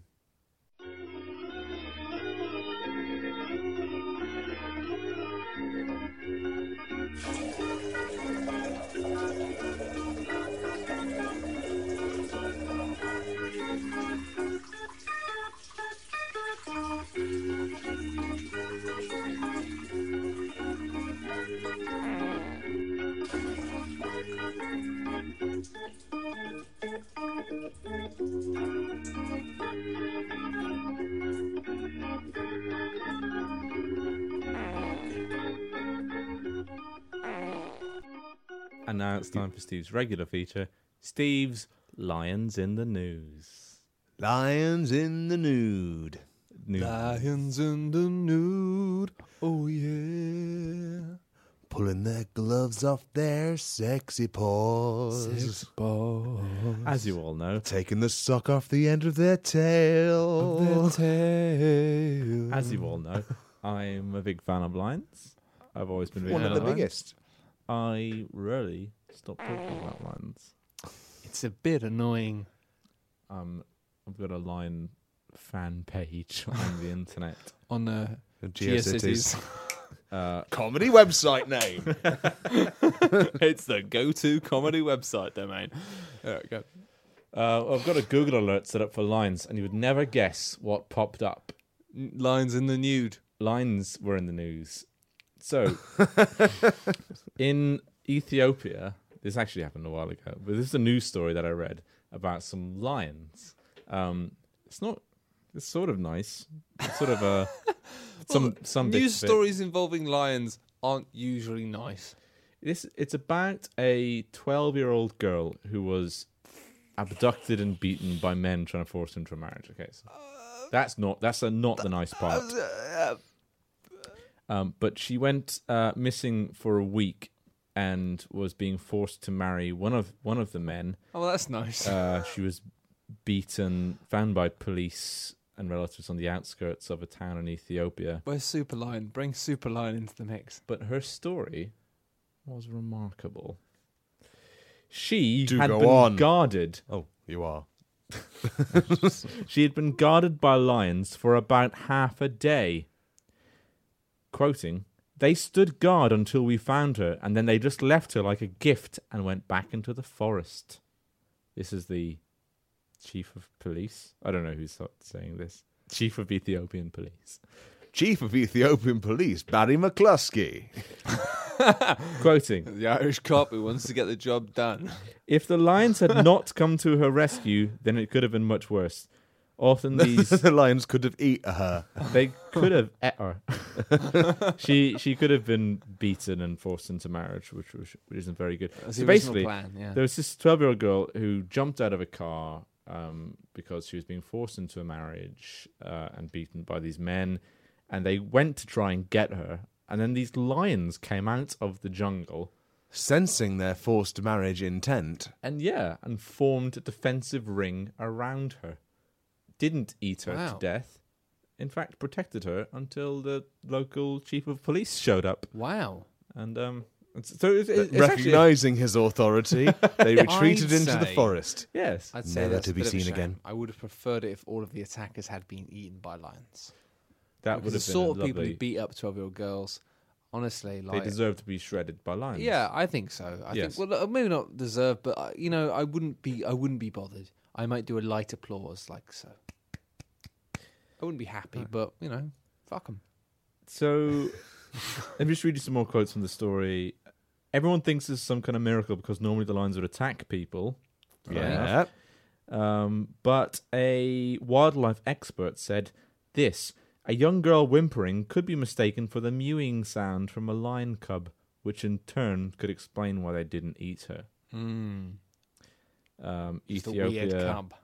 And now it's time for Steve's regular feature Steve's Lions in the News.
Lions in the nude.
News.
Lions in the nude. Oh yeah.
Pulling their gloves off their sexy paws.
As you all know,
Taking the sock off the end of their tail.
as you all know, I'm a big fan of lions. I've always been a big
One
fan
of the
lions.
biggest.
I really stopped talking about lines.
It's a bit annoying.
Um, I've got a line fan page on the internet.
On the
GeoCities.
GeoCities.
Uh,
Comedy website name.
it's the go-to comedy website domain. All right, go.
uh, I've got a Google alert set up for lines, and you would never guess what popped up.
Lines in the nude.
Lines were in the news. So, in Ethiopia, this actually happened a while ago, but this is a news story that I read about some lions. Um, it's not. It's sort of nice. It's sort of a some some bits
News
of it.
stories involving lions aren't usually nice.
This it's about a twelve-year-old girl who was abducted and beaten by men trying to force her into a marriage. Okay, so that's not that's a, not the nice part. Um, but she went uh, missing for a week and was being forced to marry one of one of the men.
Oh, that's nice.
Uh, she was beaten, found by police and relatives on the outskirts of a town in Ethiopia.
Where's Super Lion? Bring Super Lion into the mix.
but her story was remarkable. She
Do
had
go
been
on.
guarded.
oh, you are.
She had been guarded by lions for about half a day. Quoting, they stood guard until we found her, and then they just left her like a gift and went back into the forest. This is the chief of police. I don't know who's saying this. Chief of Ethiopian police.
Chief of Ethiopian Police, Barry McCluskey.
Quoting,
The Irish cop who wants to get the job done.
If the lions had not come to her rescue, then it could have been much worse. Often these
the lions could have eaten her.
they could have et her. she she could have been beaten and forced into marriage, which was, which isn't very good.
That's
so
the original
basically,
plan, yeah.
there was this twelve-year-old girl who jumped out of a car um, because she was being forced into a marriage uh, and beaten by these men, and they went to try and get her, and then these lions came out of the jungle
Sensing their forced marriage intent,
and yeah, and formed a defensive ring around her. Didn't eat her
Wow.
to death. In fact, protected her until the local chief of police showed up.
Wow.
And um, it's, so it's, it's actually
recognizing his authority, they retreated
I'd
into the
say-
forest.
yes.
I'd say
Never
that's
to
a
be
bit of a
seen
shame.
again.
I would have preferred it if all of the attackers had been eaten by lions.
That
Because
would
the
have been a
sort of people
lovely-
who beat up twelve-year-old girls, honestly,
They
like
deserve to be shredded by lions.
yeah, I think so. I
Yes.
think well, uh, maybe not deserve, but uh, you know, I wouldn't be, I wouldn't be bothered. I might do a light applause like so. I wouldn't be happy, but you know, fuck them.
So let me just read you some more quotes from the story. Everyone thinks this is some kind of miracle because normally the lions would attack people.
Yeah.
Um, but a wildlife expert said this a young girl whimpering could be mistaken for the mewing sound from a lion cub, which in turn could explain why they didn't eat her.
Hmm.
Um,
Just a weird
Ethiopia,
cub.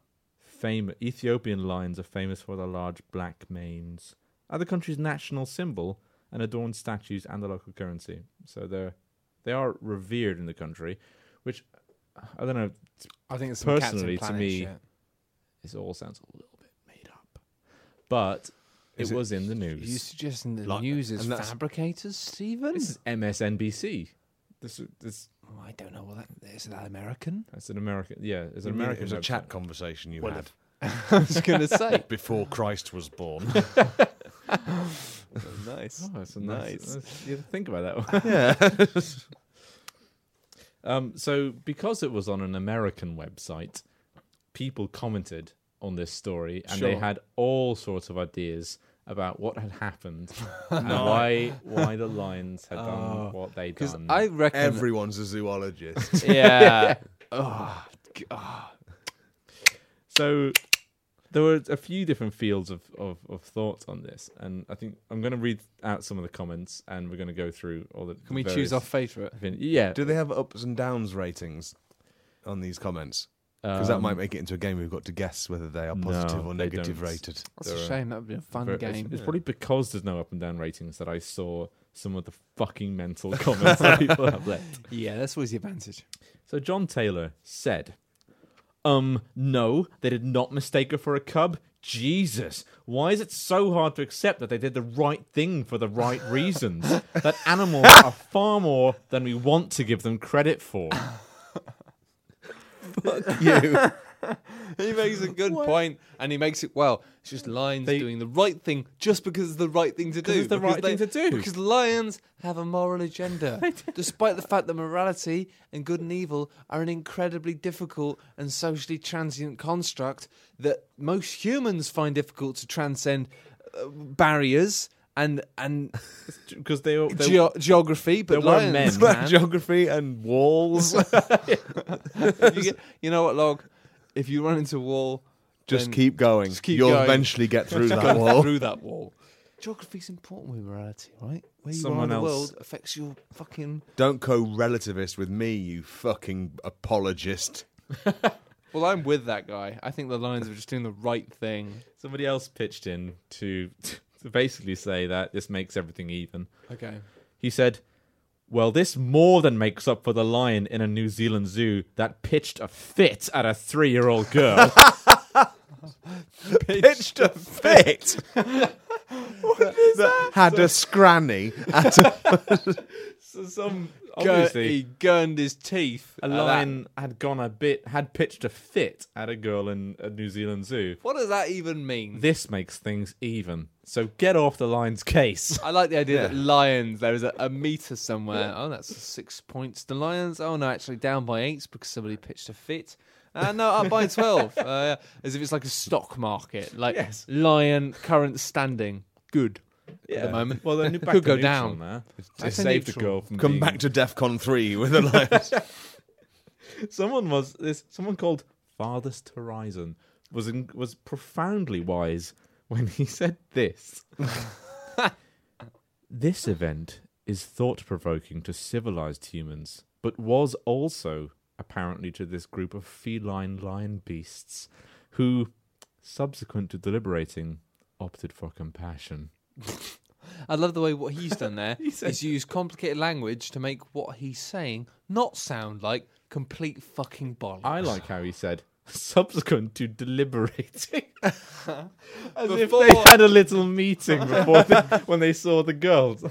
fam- Ethiopian lions are famous for their large black manes, are the country's national symbol and adorn statues and the local currency. So they're they are revered in the country, which I don't know.
I think it's some Captain
personally, to
Planet
me,
shit.
This all sounds a little bit made up, but it, was in the
Are you
news.
suggesting the
Like-
news is
and that's-
fabricators, Stephen?
This is MSNBC. This, this
Oh, I don't know. Well, that is that American?
that's an American. Yeah, it's an
America
American.
It was a
website.
chat conversation you had
I was going to say.
before Christ was born.
Nice.
Oh, it's a nice.
Nice.
that's- you have to think about that. One. um, so because it was on an American website, people commented on this story, and they
Sure.
had all sorts of ideas about what had happened and why why the lions had done what they
Because
done.
Oh, I reckon.
Everyone's a zoologist.
yeah. oh,
Ah,
g- oh.
So there were a few different fields of, of, of thought on this, and I think I'm going to read out some of the comments, and we're going to go through all the.
Can we choose our favourite?
Opinion. Yeah,
Do they have ups and downs ratings on these comments? Because that might make it into a game we've got to guess whether they are positive
No,
or
they
negative
don't.
rated.
That's
There
a
are-
shame. That would be a fun
Ver- it's-
game.
It's, probably because there's no up and down ratings that I saw some of the fucking mental comments that people have left.
yeah, that's always the advantage.
So John Taylor said, "Um, no, they did not mistake her for a cub. Jesus, why is it so hard to accept that they did the right thing for the right reasons? that animals are far more than we want to give them credit for.
He makes a good point, and he makes it well. It's just lions doing the right thing just because it's the right thing to do.
it's the
because
right thing to do.
Because lions have a moral agenda, despite the fact that morality and good and evil are an incredibly difficult and socially transient construct that most humans find difficult to transcend uh, barriers and and
Because they, they
geo geography. But
there were
lions,
men,
can.
Geography and walls.
you, get- you know what, log? If you run into a wall,
just
then
keep going.
just keep
You'll
going.
eventually get through that
go
wall.
through that wall. Geography's important with morality, right? Where you
Someone
are in the
else.
world affects your fucking.
Don't go relativist with me, you fucking apologist.
Well, I'm with that guy. I think the Lions are just doing the right thing.
somebody else pitched in to, to basically say that this makes everything even.
Okay.
He said, Well, this more than makes up for the lion in a New Zealand zoo that pitched a fit at a three year old girl.
Pitched a fit. that? Had a scranny at a
so some
he
obviously
gunned his teeth.
a
at that.
lion had gone a bit had pitched a fit at a girl in a New Zealand zoo.
What does that even mean?
This makes things even. So get off the lion's case.
I like the idea that Lions, there is a, a meter somewhere. Oh, that's six points to Lions. Oh, no, actually down by eight because somebody pitched a fit. Uh, no, up by 12. Uh, yeah. as if it's like a stock market. Like,
Yes.
Lion current standing. Good. At the moment.
Well, they're back
Could
to
go
neutral
down.
now. They
That's a
saved the
neutral.
girl from
come
being-
back to DEFCON three with a lions.
someone was this someone called farthest horizon was in, was profoundly wise when he said this this event is thought provoking to civilized humans but was also apparently to this group of feline lion beasts who subsequent to deliberating opted for compassion
I love the way what he's done there is used complicated language to make what he's saying not sound like complete fucking bollocks.
i like how he said subsequent to deliberating As if
Before-
they had a little meeting before they, when they saw the girls.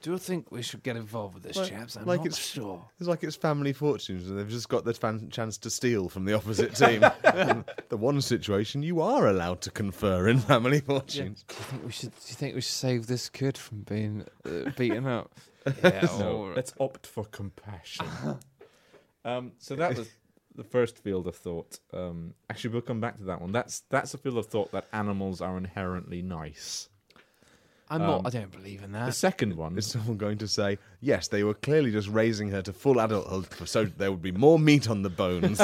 Do you think we should get involved with this, chaps? I'm
like
not
it's-
sure.
It's like it's family fortunes, and they've just got the fan- chance to steal from the opposite team. And the one situation you are allowed to confer in family fortunes.
Do you think we should? Do you think we should save this kid from being uh, beaten up? Yeah,
No, let's opt for compassion.
Uh-huh.
um, so that was the first field of thought. Um, actually, we'll come back to that one. That's that's a field of thought that animals are inherently nice.
I'm not. I don't believe in
The
that.
second one,
Is someone going to say, yes, they were clearly just raising her to full adulthood so there would be more meat on the bones?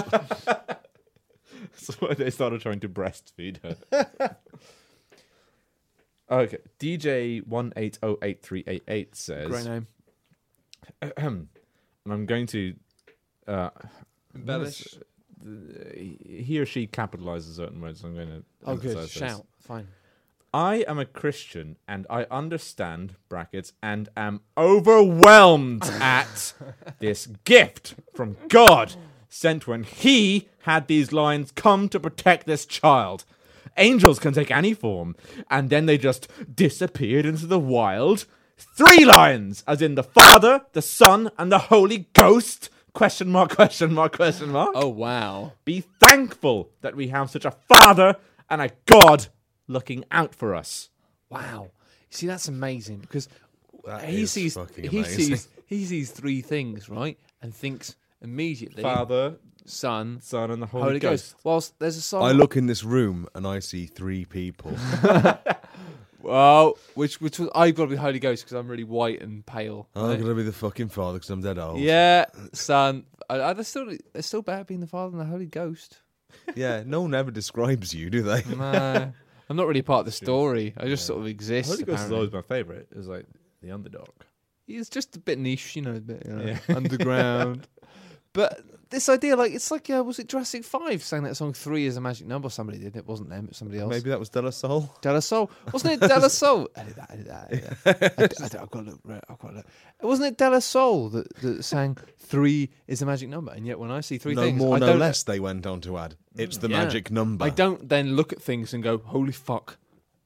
so they started trying to breastfeed her. okay, DJ one eight zero eight three eight eight says,
Great name.
and I'm going to uh,
Embellish.
he or she capitalizes certain words. I'm going to
Oh, good.
emphasize this.
Shout. Fine.
I am a Christian and I understand brackets and am overwhelmed at this gift from God sent when he had these lions come to protect this child. Angels can take any form and then they just disappeared into the wild. Three lions as in the Father, the Son and the Holy Ghost? Question mark question mark question mark.
Oh wow.
Be thankful that we have such a father and a God looking out for us.
Wow. See, that's amazing because he
is
sees
fucking
he
amazing.
sees he sees three things right and thinks immediately
Father,
son
Son, and the Holy,
Holy
Ghost.
Ghost. Whilst there's a song.
I look in this room and I see three people.
Oh, which which was, I've got to be Holy Ghost because I'm really white and pale.
I'm going to be the fucking father because I'm dead old.
yeah, son. I, I, they're still they're still better being the Father than the Holy Ghost.
Yeah, no one ever describes you, do they?
Nah, I'm not really part of the story. I just sort of exist.
Holy Ghost is
apparently.
always my favorite. It's like the underdog.
It's just a bit niche, you know, a bit you know, underground. uh, But this idea, like it's like uh, was it Jurassic Five sang that song Three is a Magic Number? Somebody did. It wasn't them. It was somebody else.
Maybe that was Della Soul.
Della Soul, wasn't it? Della Soul. Edit that, edit that, edit that. I, have got to look. right, I've got to look. Wasn't it Della Soul that, that sang three is a magic number? And yet, when I see three
no
things,
more,
I
no
don't,
less. They went on to add, "It's the
Yeah.
magic number."
I don't then look at things and go, "Holy fuck,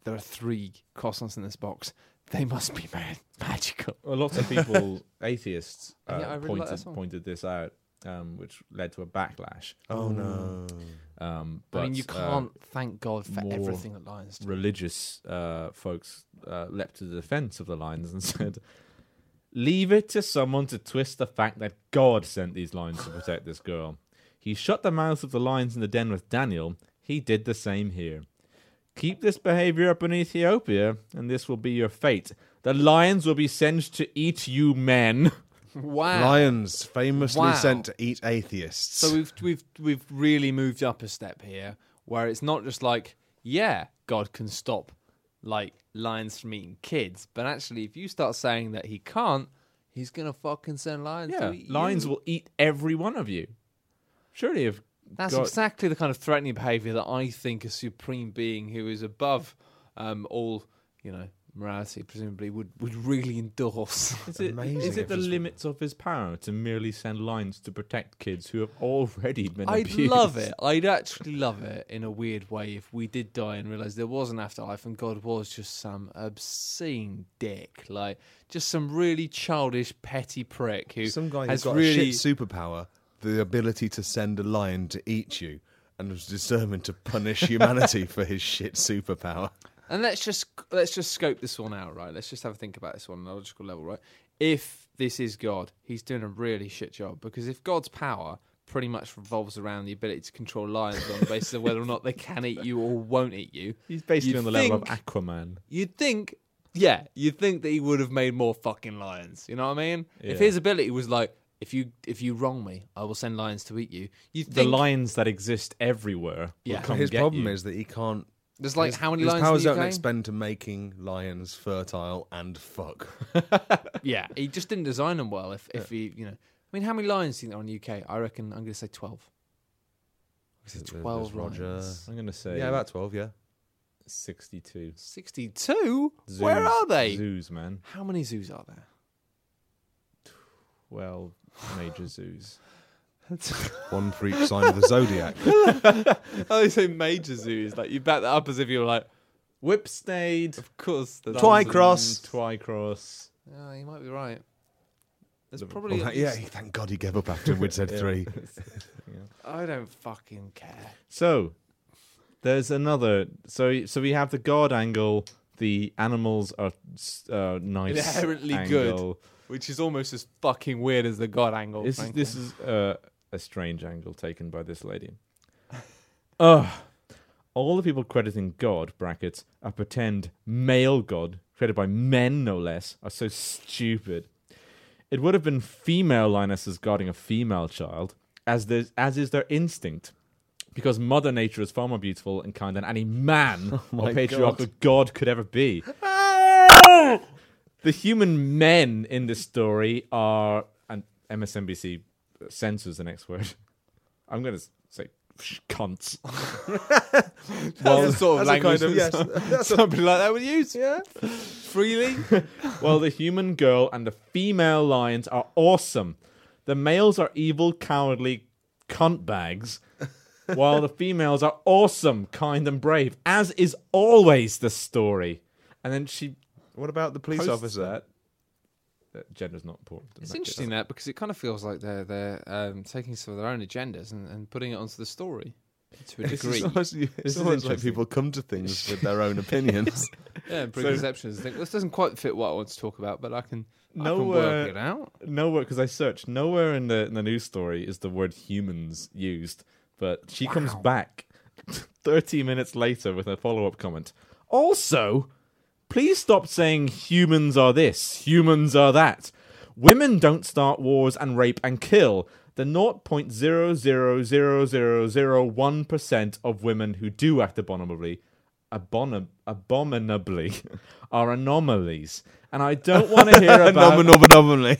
there are three croissants in this box. They must be mad magical."
Well, lots of people, atheists, uh,
And yet I really like
pointed,
that song.
pointed this out, um, which led to a backlash.
Oh no!
Um, but
I mean, you
uh,
can't thank God for
more
everything that Lions do.
religious uh, folks uh, leapt to the defense of the lines and said, Leave it to someone to twist the fact that God sent these lines to protect this girl. He shut the mouths of the lions in the den with Daniel. He did the same here. Keep this behavior up in Ethiopia, and this will be your fate. The lions will be sent to eat you men.
Wow.
Lions famously
Uh, Wow.
sent to eat atheists.
So we've we've we've really moved up a step here, where it's not just like, yeah, God can stop like lions from eating kids, but actually, if you start saying that he can't, he's gonna fucking send lions.
Yeah,
to eat
lions
you.
will eat every one of you. Surely, if
That's
God-
exactly the kind of threatening behavior that I think a supreme being who is above um, all, you know, morality presumably would would really endorse.
Is it,
Amazing
is it the
if it's-
limits of his power to merely send lines to protect kids who have already been
I'd
abused?
love it. I'd actually love it in a weird way if we did die and realize there was an afterlife and God was just some obscene dick, like just some really childish, petty prick who
Some guy
has
who's got
really
a shit superpower, the ability to send a lion to eat you, and was determined to punish humanity for his shit superpower.
And let's just let's just scope this one out, right? Let's just have a think about this one on a logical level, right? If this is God, he's doing a really shit job because if God's power pretty much revolves around the ability to control lions on the basis of whether or not they can eat you or won't eat you,
He's basically
You'd
on the level of
think-
Aquaman.
you'd think, yeah, you'd think that he would have made more fucking lions. You know what I mean? If
Yeah.
his ability was like, if you if you wrong me, I will send lions to eat you. You
The
think
lions that exist everywhere.
Yeah.
will come
his
get
problem
you.
is that he can't.
there's like how many
his
lions? in
powers
the
don't
UK?
expend to making lions fertile and fuck.
Yeah, he just didn't design them well. If if he, you know, I mean, how many lions do you think there are in the UK? I reckon I'm going to say twelve. I'm gonna say
There's
Twelve
Roger.
lions.
I'm going to say
Yeah, about twelve. Yeah,
62.
Sixty-two.
Zoos,
Where are they?
Zoos, man.
How many zoos are there?
Well, major zoos.
one for each sign of the zodiac.
oh, they say major zoos. Like you back that up as if you were like,
Whipsnade.
of course. There's
Twycross.
Twycross.
Yeah, Oh, you might be right. There's
Liverpool.
probably. at
yeah,
least-
thank God he gave up after we'd said three.
I don't fucking care.
So there's another. So so we have the God angle. The animals are uh, nice.
Inherently good. Oh,
angle.
Which is almost as fucking weird as the god angle.
This is
frankly.
this is uh, a strange angle taken by this lady. Ugh. All the people crediting God brackets a pretend male god created by men no less are so stupid. It would have been female lionesses guarding a female child, as there's, as is their instinct, because Mother Nature is far more beautiful and kind than any
Oh
man or patriarchal god. could ever be. the human men in this story are, and MSNBC censors the next word. I'm going to say sh- cunts.
That's the sort of
that's a
language
kind of-
that
yes,
somebody like that would use. Yeah, freely.
Well, the human girl and the female lions are awesome. The males are evil, cowardly cunt bags, while the females are awesome, kind, and brave, as is always the story. And then she
What about the police
posts
officer?
that. that gender's not important. in
It's
that case.
interesting that because it kind of feels like they're they're um, taking some of their own agendas and, and putting it onto the story to a
It's
degree.
almost, it's
is
almost like
interesting.
people come to things with their own opinions.
yeah, and preconceptions. think this doesn't quite fit what I want to talk about, but I can I
No,
can work
uh,
it out.
Nowhere, because I searched, nowhere in the, in the news story is the word humans used, but she comes back 30 minutes later with a follow up comment. Also, please stop saying humans are this, humans are that. Women don't start wars and rape and kill. The 0.000001% of women who do act abominably, abon- abominably are anomalies. And I don't want to hear about
Nominal, but nominally.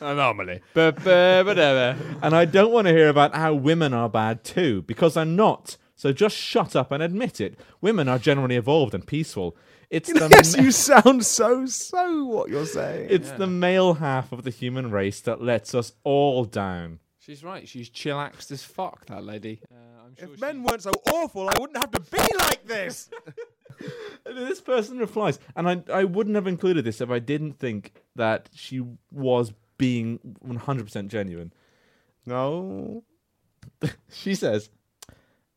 Anomaly. Ba- ba- ba- da- ba.
and I don't want to hear about how women are bad too, because I'm not. So just shut up and admit it. Women are generally evolved and peaceful. It's the
yes,
ma-
you sound so so. What you're saying?
it's the male half of the human race that lets us all down.
She's right. She's chillaxed as fuck, that lady. Uh, I'm sure
if men weren't so awful, I wouldn't have to be like this.
This person replies, and I, I wouldn't have included this if I didn't think that she was being 100% genuine.
No.
She says,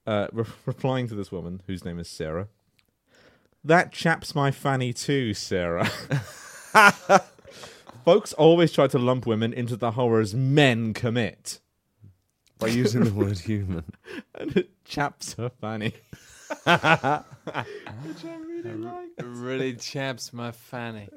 uh, re- replying to this woman, whose name is Sarah, that chap's my fanny too, Sarah. Folks always try to lump women into the horrors men commit.
By using the word human.
And it chaps her fanny.
really chaps my fanny.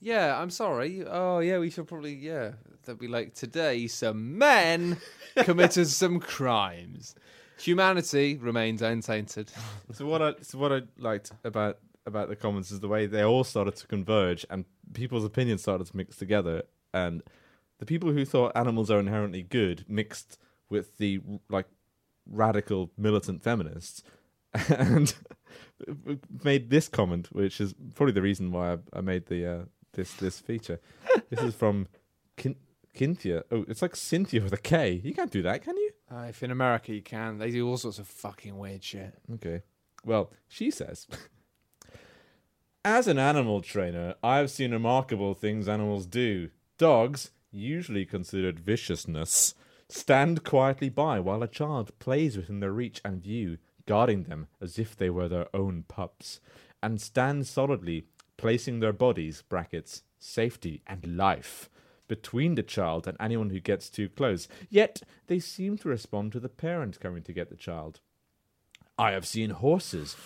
Yeah, I'm sorry. Oh, yeah, we should probably, yeah. That'd be like today, some men committed some crimes. Humanity remains untainted.
So what I so what I liked about about the comments is the way they all started to converge and people's opinions started to mix together and the people who thought animals are inherently good mixed with the like radical militant feminists and made this comment which is probably the reason why I, I made the uh, this this feature this is from Kin- Kintia oh it's like Cynthia with a K you can't do that can you
Uh, if in America you can, they do all sorts of fucking weird shit.
Okay. Well, she says, as an animal trainer, I've seen remarkable things animals do. Dogs, usually considered viciousness, stand quietly by while a child plays within their reach and view, guarding them as if they were their own pups, and stand solidly, placing their bodies, brackets, safety and life, between the child and anyone who gets too close. Yet they seem to respond to the parent coming to get the child. I have seen horses,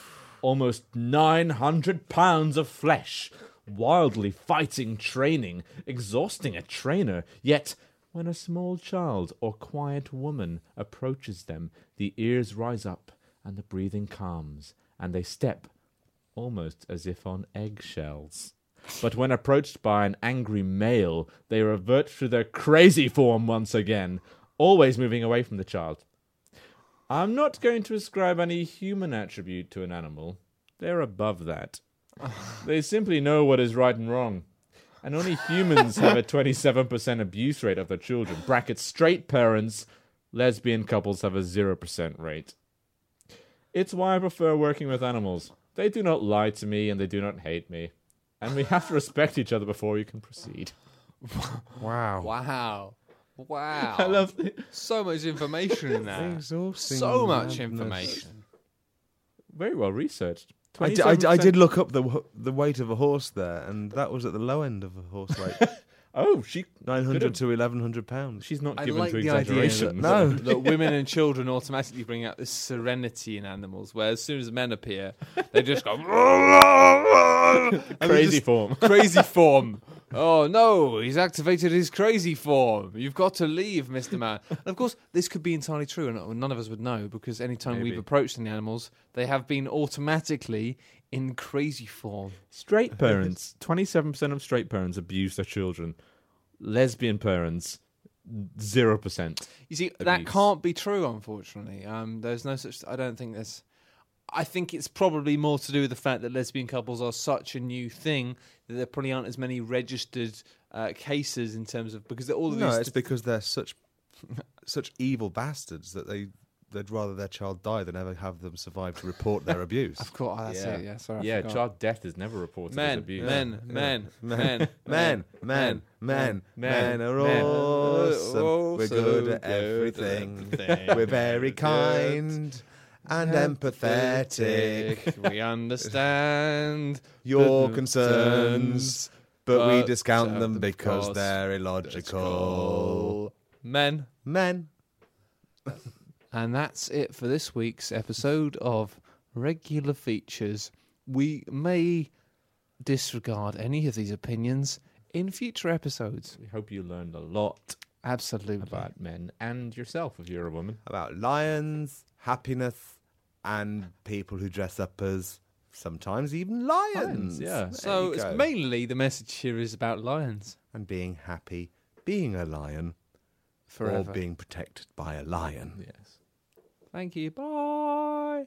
almost 900 pounds of flesh, wildly fighting training, exhausting a trainer. Yet, when a small child or quiet woman approaches them, the ears rise up and the breathing calms, and they step almost as if on eggshells. But when approached by an angry male, they revert to their crazy form once again, always moving away from the child. I'm not going to ascribe any human attribute to an animal. They're above that. they simply know what is right and wrong. And only humans have a 27% abuse rate of their children. Bracket straight parents, lesbian couples have a 0% rate. It's why I prefer working with animals. They do not lie to me and they do not hate me. And we have to respect each other before you can proceed.
Wow.
Wow. Wow.
I love it.
so much information in that.
Exhausting.
so much
madness.
information.
Very well researched.
I di- I di- I
27%
did look up the wh- the weight of a horse there, and that was at the low end of a horse weight,
Oh, she
nine hundred
Could've-
to eleven hundred pounds.
she's not
I
given
like
to
the idea that,
exaggeration.
No.
that women and children automatically bring out this serenity in animals, where as soon as men appear, they just go
Crazy
just-
form.
crazy form. Oh no, he's activated his crazy form. You've got to leave, Mr. Man. And of course, this could be entirely true, and none of us would know because anytime
Maybe.
we've approached any animals, they have been automatically in crazy form.
Straight parents, 27% of straight parents abuse their children. Lesbian parents, 0%.
You see, that
abuse.
can't be true, unfortunately. Um, there's no such. I don't think there's. I think it's probably more to do with the fact that lesbian couples are such a new thing that there probably aren't as many registered uh, cases in terms of because all of
No,
these.
it's because they're such such evil bastards that they they'd rather their child die than ever have them survive to report their abuse.
of course, oh, that's it. Yeah, sorry. I
yeah
forgot.
child death is never reported as
men,
abuse.
men, men, men,
Men, men, men, men,
men,
are
men.
awesome. We're
so
good
good
at
at
everything. We're very kind and empathetic.
Empathetic, we understand.
Your
the
concerns, but we
but
discount
of
them
the
because
course.
they're illogical.
Men.
Men.
And that's it for this week's episode of Regular Features. We may disregard any of these opinions in future episodes.
We hope you learned a lot
Absolutely.
about men and yourself if you're a woman.
about lions, happiness, and people who dress up as sometimes even lions.
yeah.
There
So
you
it's
go.
mainly the message here is about lions.
and being happy, being a lion
forever.
or being protected by a lion.
Yes.
Thank you. Bye.